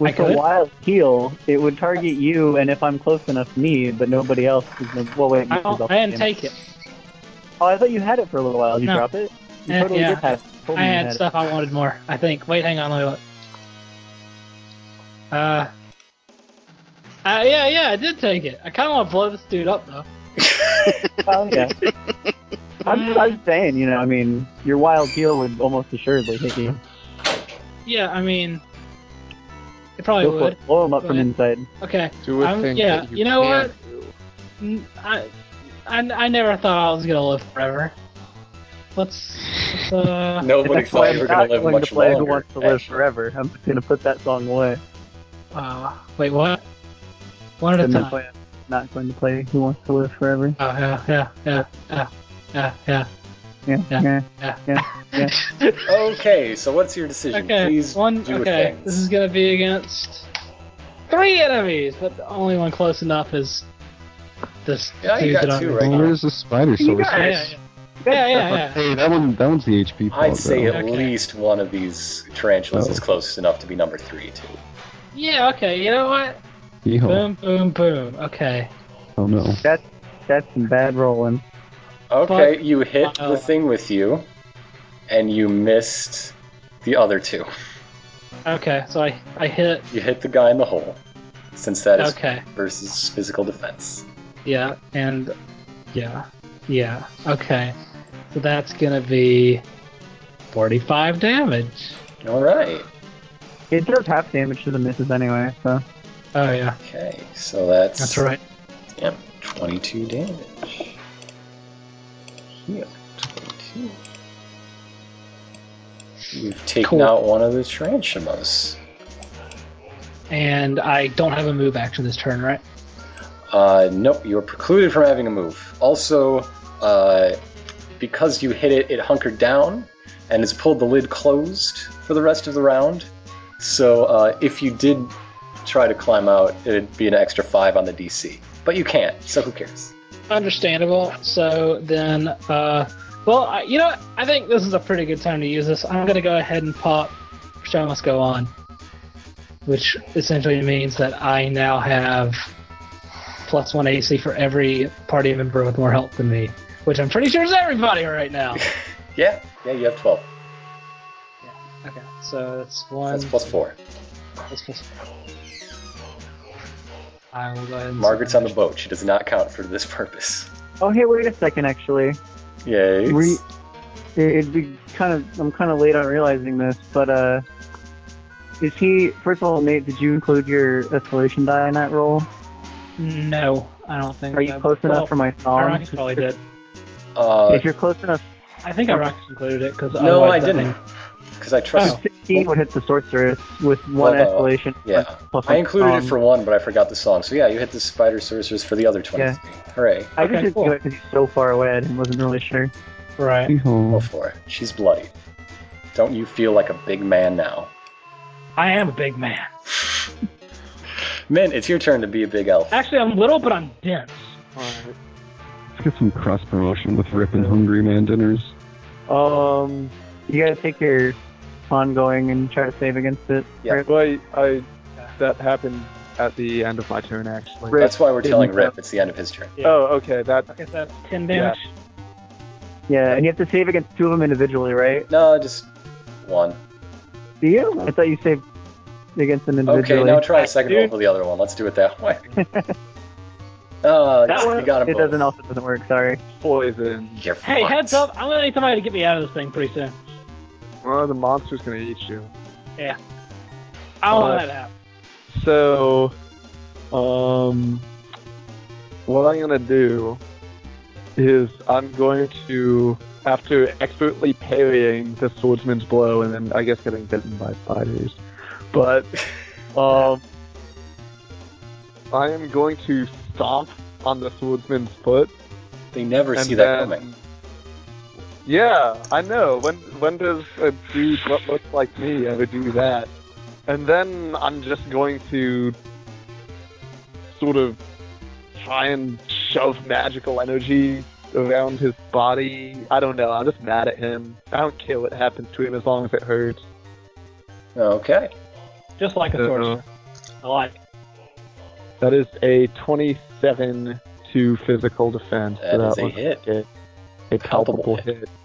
With could? a wild heal, it would target you, and if I'm close enough, me, but nobody else. Is no- well, wait, I, because don't, I'll- I didn't take it. Oh, I thought you had it for a little while. Did You No. drop it? You Eh, totally yeah. did have it. You told I me you had it. stuff I wanted more. I think. Wait, hang on, let me look. Uh, uh yeah, yeah, I did take it. I kind of want to blow this dude up though. Oh, yeah. I'm, I'm saying, you know, I mean, your wild heal would almost assuredly hit you. Yeah, I mean, it probably Go for would. it. Blow him up from But- inside. Okay. Do a I'm- thing yeah, that you know can't what? N- I, I, I never thought I was gonna live forever. Let's, let's uh, Nobody That's why thought I'm you were going not to live going much to play longer. Who Wants to Live actually. Forever. I'm just going to put that song away. uh, wait, what? One at a I'm time. not, play, not going to play Who Wants to Live Forever. Oh yeah, yeah, yeah, yeah, yeah, yeah. Yeah, Yeah. yeah. Okay, so what's your decision? Okay, Please one. do okay, things. this is gonna be against three enemies, but the only one close enough is this Yeah, you dude got that I'm- two right Well, now. where's the spider You sorceress? got Yeah, it. yeah, yeah, yeah, yeah, yeah. Hey, that one, that one's the HP. I'd though. say at Okay. least one of these tarantulas Oh. is close enough to be number three, too. Yeah, okay, you know what? Oh. Yeehaw. Boom, boom, boom. Okay. Oh no. That's some bad rolling. Okay, Fuck. you hit Wow. the thing with you, and you missed the other two. Okay, so I, I hit. You hit the guy in the hole, since that is Okay. versus physical defense. Yeah, and yeah, yeah. Okay, so that's gonna be forty-five damage. All right. It does half damage to the misses anyway, so. Oh yeah, Okay, so that's that's right. Yep, 22 damage. Heal 22. You've taken Cool. out one of the Tarantumos. And I don't have a move action this turn, right? Uh, nope, you're precluded from having a move. Also, uh, because you hit it, it hunkered down and has pulled the lid closed for the rest of the round. So uh, if you did try to climb out, it'd be an extra 5 on the DC. But you can't, so who cares? Understandable. So then, uh, well, I, you know, what? I think this is a pretty good time to use this. I'm gonna go ahead and pop. Show must go on, which essentially means that I now have plus one AC for every party member with more health than me, which I'm pretty sure is everybody right now. Yeah, yeah, you have 12. Okay, so that's one. That's plus 4. that's plus four. I will go ahead. And Margaret's on the boat. She does not count for this purpose. Oh, hey, wait a second, actually. Yay. Re- it- it'd be kind of. I'm kind of late on realizing this, but, uh. Is he. First of all, Nate, did you include your escalation die in that roll? No, I don't think. Are you that- close well, enough for my I song? rock- probably did. Uh, If you're close enough, I think I rock included it because no, I didn't. Because I trust. Oh. 16 would hit the sorceress with Well, one uh, escalation. Yeah. plus I my included it song. for one, but I forgot the song. So yeah, you hit the Spider Sorceress for the other 23. Hooray. I just Okay, didn't cool. do it because he's so far away and wasn't really sure. Right. Go Yeehaw. for it. She's bloody. Don't you feel like a big man now? I am a big man. Min, it's your turn to be a big elf. Actually, I'm little, but I'm dense. Let's get some cross promotion with Rip and Hungry Man dinners. Um, you gotta take your ongoing and try to save against it. Yeah. Right? Well, I, I that happened at the end of my turn actually. Rip. That's why we're telling Didn't- Rip it's the end of his turn. Oh, okay. That Okay, so that's ten damage. Yeah, and you have to save against two of them individually, right? No, just one. Do you? I thought you saved against them individually. Okay, now try a second roll Dude. for the other one. Let's do it that way. Uh, that one, you got him it both. doesn't also doesn't work. Sorry. poison. You're Hey, fucked. heads up! I'm gonna need somebody to get me out of this thing pretty soon. Well, the monster's gonna eat you. I don't Uh, want that to happen. So, um, what I'm gonna do is I'm going to, after expertly parrying the swordsman's blow and then I guess getting bitten by spiders, but um, I am going to stomp on the swordsman's foot. They never and see that then- coming. Yeah, I know. When when does a dude that looks like me ever do that? And then I'm just going to sort of try and shove magical energy around his body. I don't know. I'm just mad at him. I don't care what happens to him as long as it hurts. Okay. Just like a Uh-oh. sorcerer. I like. it. Uh, That is a 27 to physical defense. That is a was hit. a- A Palpable palpable hit.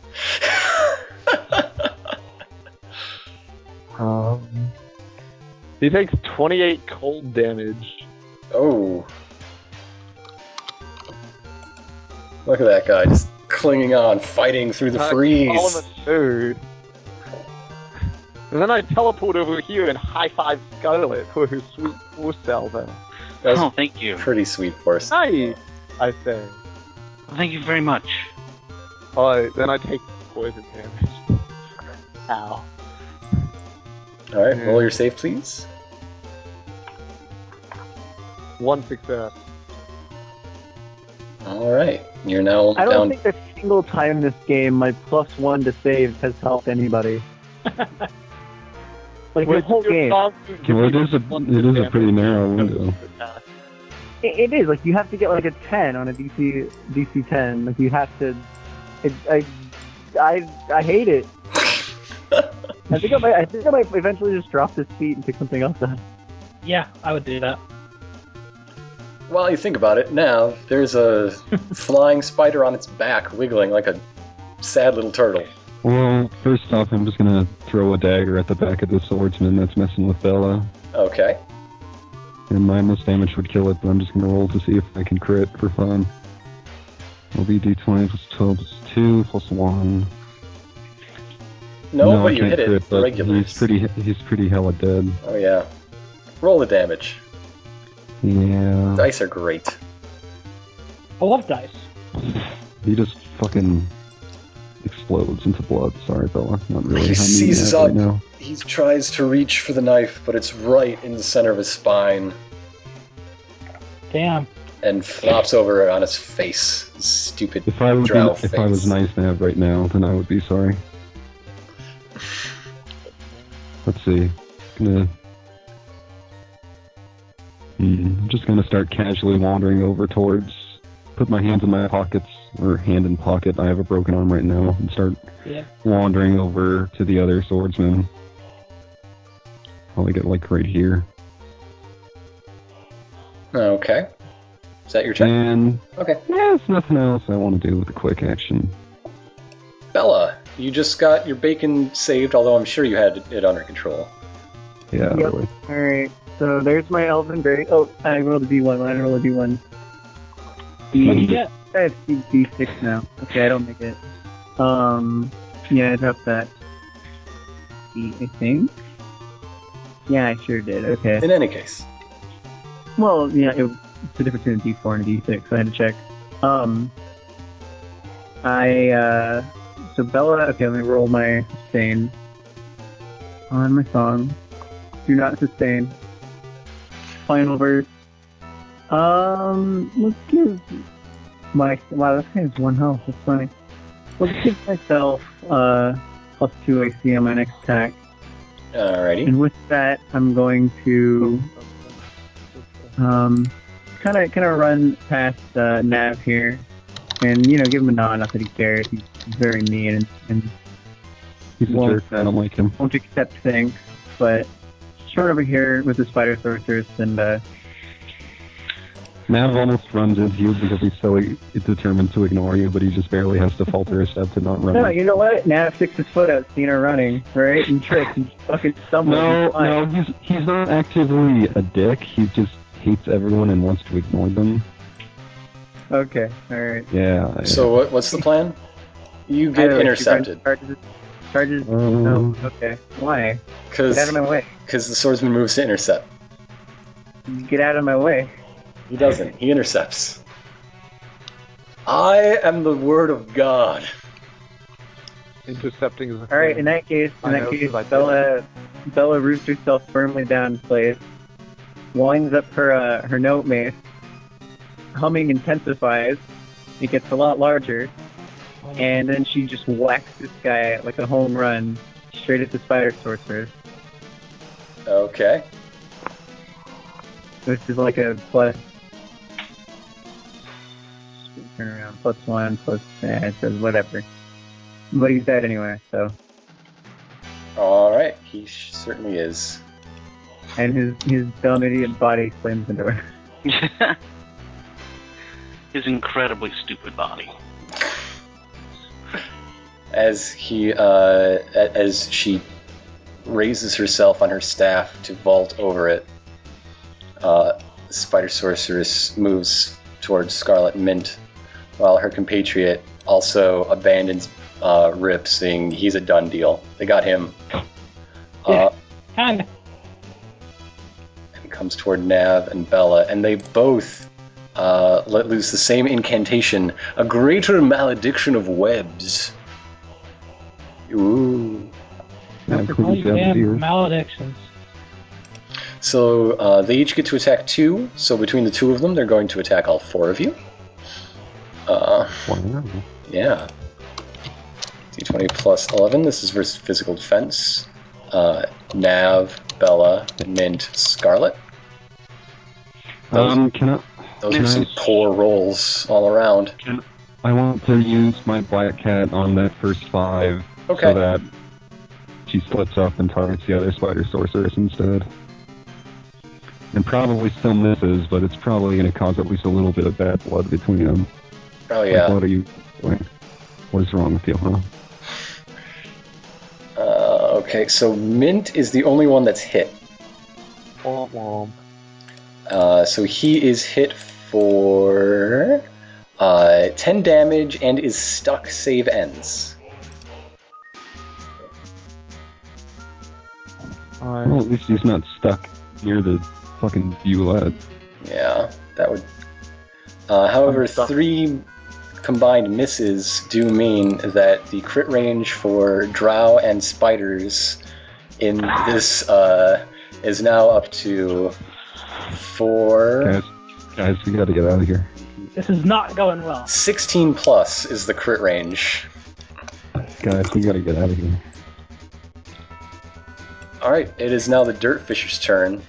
Um, he takes 28 cold damage. oh. Look at that guy just clinging on, fighting through the Uh, All freeze. of a sudden. And then I teleport over here and high five Scarlet for her sweet force salvo. That was Oh, thank you. pretty sweet force. Nice, I say. Thank you very much. Alright, then I take poison damage. Ow. Alright, roll your save, please. One success. Alright. You're now I down. don't think a single time in this game my plus one to save has helped anybody. like the Wait, whole your game. song gives Well, it you is a plus it is a damage. pretty narrow window. It, it is like you have to get like a ten on a DC DC ten. Like you have to. It, I I I hate it. I think I might. I think I might eventually just drop this feat and pick something else up. Yeah, I would do that. While you think about it, now there's a flying spider on its back, wiggling like a sad little turtle. Well, first off, I'm just gonna throw a dagger at the back of the swordsman that's messing with Bella. Okay. And minus damage would kill it, but I'm just gonna roll to see if I can crit for fun. It'll be d20 plus 12 plus 2 plus 1. No, I but you can't hit it but regularly. He's pretty, he's pretty hella dead. Oh yeah. Roll the damage. Yeah. Dice are great. I love dice. He just fucking explodes into blood. Sorry, Bella. Not really. He how mean seizes that up. Right now. He tries to reach for the knife, but it's right in the center of his spine Damn. and flops over on his face. Stupid. If I would be, Drow if I was face. nice nav right now, then I would be sorry. Let's see. Gonna. Hmm, I'm just gonna start casually wandering over towards. Put my hands in my pockets, or hand in pocket. I have a broken arm right now, and start Yeah. wandering over to the other swordsman. Probably get like right here. Okay. Is that your turn? And Okay. yeah, it's nothing else I want to do with the quick action. Bella, you just got your bacon saved, although I'm sure you had it under control. Yeah, Yep. really. All right. So there's my elven berry. Oh, I rolled a d1. Why did I roll a What d1? Mm-hmm. did you get? I have d- d6 now. Okay, I don't make it. Um, yeah, I dropped that. D, I think. Yeah, I sure did. Okay. In any case, Well, yeah, it, it's the difference between a D4 and a D6. I had to check. Um, I uh, so Bella. Okay, let me roll my sustain on my song. Do not sustain. Final verse. Um, let's give my wow. That guy has one health. That's funny. Let's give myself uh plus two AC on my next attack, alrighty. and with that, I'm going to um, kind of kind of run past uh, Nav here, and you know, give him a nod. Not that he cares. He's very mean and, and He's a Well, jerk. I don't like him. won't accept thanks. But just run over here with the spider sorceress and uh, Nav almost runs into you because he's so i- determined to ignore you, but he just barely has to falter a step to not run. no, you know what? Nav sticks his foot out, seeing her running, right, and tricks and fucking stumbles. no, and flies. no, he's, he's not actively a dick. He just hates everyone and wants to ignore them. Okay, all right. Yeah. yeah. So what, what's the plan? You I get don't know, she runs, intercepted Charges, charges. Um, No, okay. Why? Get out because of my way. the swordsman moves to intercept. Get out of my way. He doesn't. He intercepts. I am the word of God. Intercepting is a All right. thing. In that case, in I that know, case, 'cause I did Bella, Bella roots herself firmly down in place, winds up her uh, her note mace, humming intensifies. It gets a lot larger, and then she just whacks this guy like a home run straight at the spider sorceress, Okay. which is like a plus. Turn around, plus one, plus eh, it says whatever. But he's dead anyway, so. All right. He sh- certainly is. And his his dumb idiot body slams into her. His incredibly stupid body. as he uh, a- as she raises herself on her staff to vault over it. Uh, Spider sorceress moves towards Scarlet Mint, while her compatriot also abandons uh, Rip, saying he's a done deal. They got him. Uh, Kind and comes toward Nav and Bella, and they both uh, let loose the same incantation, a greater malediction of webs. Ooh. Nav All cleans you out the ear. damn maledictions. So uh, they each get to attack two. So between the two of them, they're going to attack all four of you. Uh, Wow. yeah. D20 plus 11. This is versus physical defense. Uh, Nav, Bella, Mint, Scarlet. Those- Um, can I? Those are Nice. some poor rolls all around. I want to use my black cat on that first five Okay. so that she slips up and targets the other spider sorceress instead. and probably still misses, but it's probably going to cause at least a little bit of bad blood between them. Oh Like, yeah. what are you doing? What is wrong with you, huh? Uh, okay, so Mint is the only one that's hit. Womp womp. Uh, so he is hit for uh, 10 damage and is stuck save ends. Alright. Well, at least he's not stuck near the fucking bulette. Yeah, that would. Uh, however, I'm stuck. three combined misses do mean that the crit range for drow and spiders in this uh, is now up to four. Guys, guys, we got to get out of here. This is not going well. 16 plus is the crit range. Guys, we got to get out of here. All right, it is now the Dirtfisher's turn.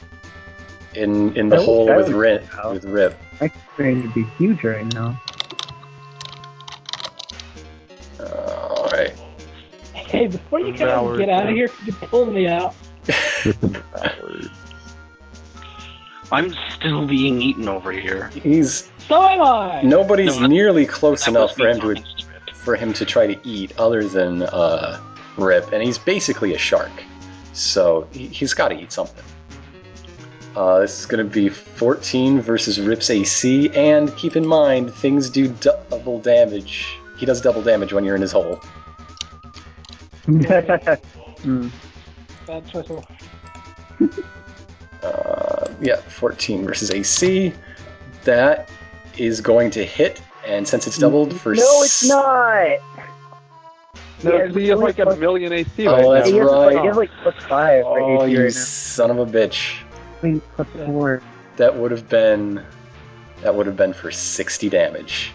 In in the That was- hole that with was- Rip, with Rip. going to be huge right now. Uh, all right. Hey, before you guys Valor, get out yeah. of here, could you pull me out? I'm still being eaten over here. He's So am I. nobody's No, that- nearly close That enough was for me him to talking Rip. for him to try to eat, other than uh, Rip, and he's basically a shark, so he, he's got to eat something. Uh, this is going to be 14 versus Rip's AC, and keep in mind things do double damage. He does double damage when you're in his hole. Hmm. Bad choice of words. Uh, yeah, 14 versus AC. That is going to hit, and since it's doubled for no, s- it's not. No, Yeah, because he has really like a close. million AC Oh, right now. that's he has, like, right. he has like plus five or Oh, AC you right now. son of a bitch! I mean, plus four. That would have been that would have been for 60 damage.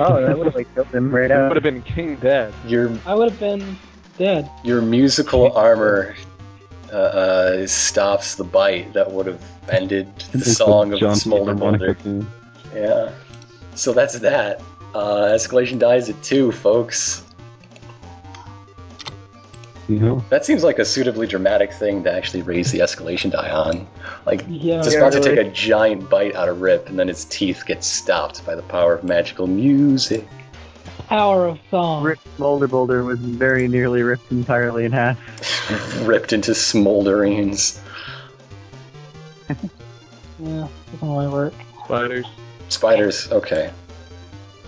Oh, that would have like killed him right He out. would have been king dead. Your I would have been dead. your musical armor uh, uh, stops the bite that would have ended the song of John Smolder Mulder. Philharmonic. Yeah. So that's that. Uh, escalation dies at two, folks. You know, That seems like a suitably dramatic thing to actually raise the escalation die on. Like, Yeah. Just Yeah, about to really. take a giant bite out of Rip, and then his teeth get stopped by the power of magical music. Power of song. Rip Boulder Boulder was very nearly ripped entirely in half. Ripped into smolderings. Yeah, doesn't really work. Spiders. Spiders, okay.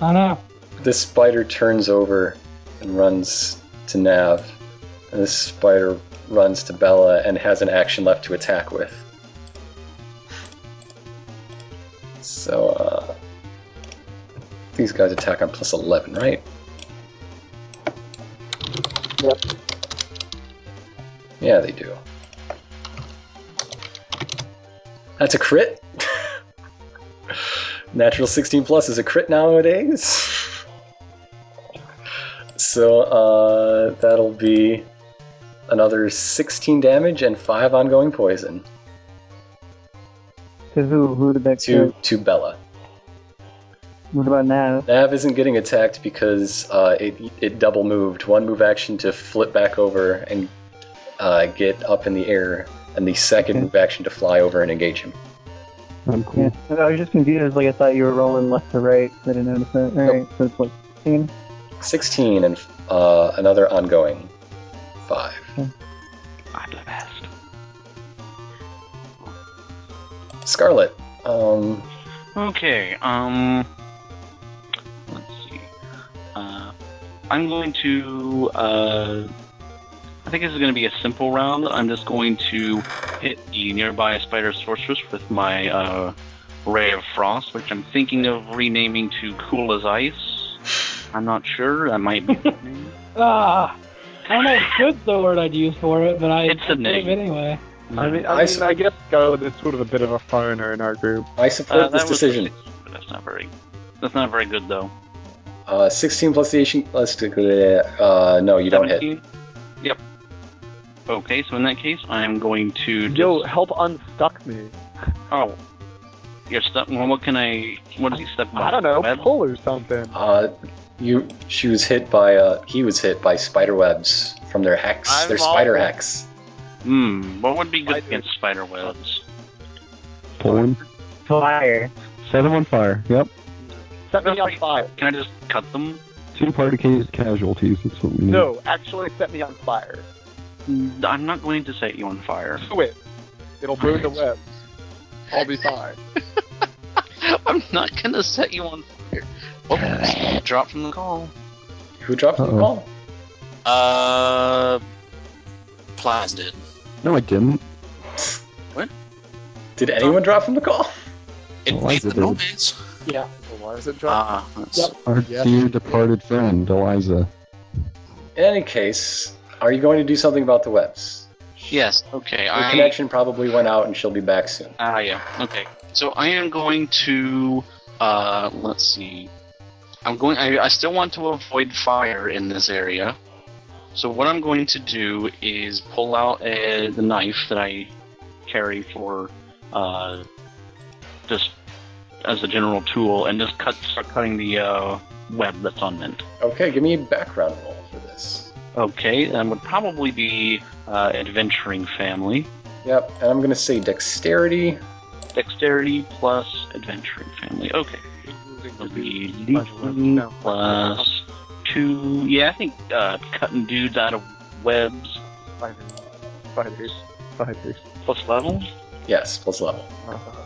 I know. This spider turns over and runs to Nav. And this spider runs to Bella and has an action left to attack with. So, uh. These guys attack on plus 11, right? Yep. Yeah, they do. That's a crit. Natural 16 plus is a crit nowadays. So uh, that'll be another 16 damage and 5 ongoing poison To who? Who did that to, to Bella. What about now? Nav isn't getting attacked because uh, it, it double moved. One move action to flip back over and uh, get up in the air, and the second Okay. move action to fly over and engage him. I'm Yeah. cool. I was just confused. Like I thought you were rolling left to right. I didn't notice that. All right, so it's like 16. 16 and uh, another ongoing 5. I'm the best. Scarlet. Um, Okay. Um. Let's see. Uh, I'm going to. Uh, I think this is going to be a simple round. I'm just going to hit the nearby spider sorceress with my uh, ray of frost, which I'm thinking of renaming to Cool as Ice. I'm not sure. That might be. uh, a name. Ah. I don't know if good's the word I'd use for it, but I It's a did it name. anyway. I mean, I I, s- mean, I guess Scarlet is sort of a bit of a foreigner in our group. I Uh, support that this was- decision. That's not very. That's not very good though. Uh, 16 plus the 18 plus the, uh, no, you don't hit. 17? Yep. Okay, so in that case, I am going to. Just, Yo, help unstuck me. Oh. You're stuck. Well, what can I. What is he stuck by? I don't know, Web? pull or something. Uh, you, she was hit by, uh, he was hit by spider webs from their hex, I'm their spider awful. hex. Hmm. What would be good Spider- against spider webs? Pull him. Fire. Set him on fire. Yep. Set me on fire. Can I just cut them? Two party ca- casualties. That's what we need. No, actually, set me on fire. Mm, I'm not going to set you on fire. Do it. It'll burn the webs. I'll be fine. I'm not going to set you on fire. Whoop, drop from the call. Who dropped the Uh-oh. call? Uh, Plies did. No, I didn't. Did anyone drop from the call? It Eliza made the did. nomads. Why is it dropped? Ah, that's- Yep. Our Yes. dear departed friend, Eliza. In any case, are you going to do something about the webs? yes. Okay. Your I connection probably went out, and she'll be back soon. Ah, yeah. Okay. So I am going to. Uh, let's see. I'm going. I, I still want to avoid fire in this area. So what I'm going to do is pull out uh the knife that I carry for uh, just as a general tool, and just cut start cutting the uh, web that's on mint. Okay, give me a background roll for this. Okay, that would probably be uh, adventuring family. Yep, and I'm going to say dexterity. Dexterity plus adventuring family. Okay. It'll be leaping No. plus two. Yeah, I think uh, cutting dudes out of webs Spiders. Spiders. Spiders. plus level. Yes, plus level. Uh-huh.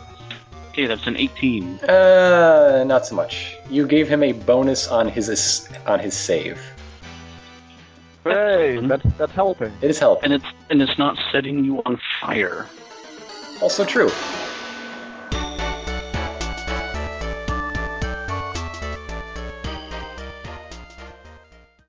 Okay, that's an 18. Uh, not so much. You gave him a bonus on his ass- on his save. Hey, that's, that's helping. It is help. And it's and it's not setting you on fire. Also true.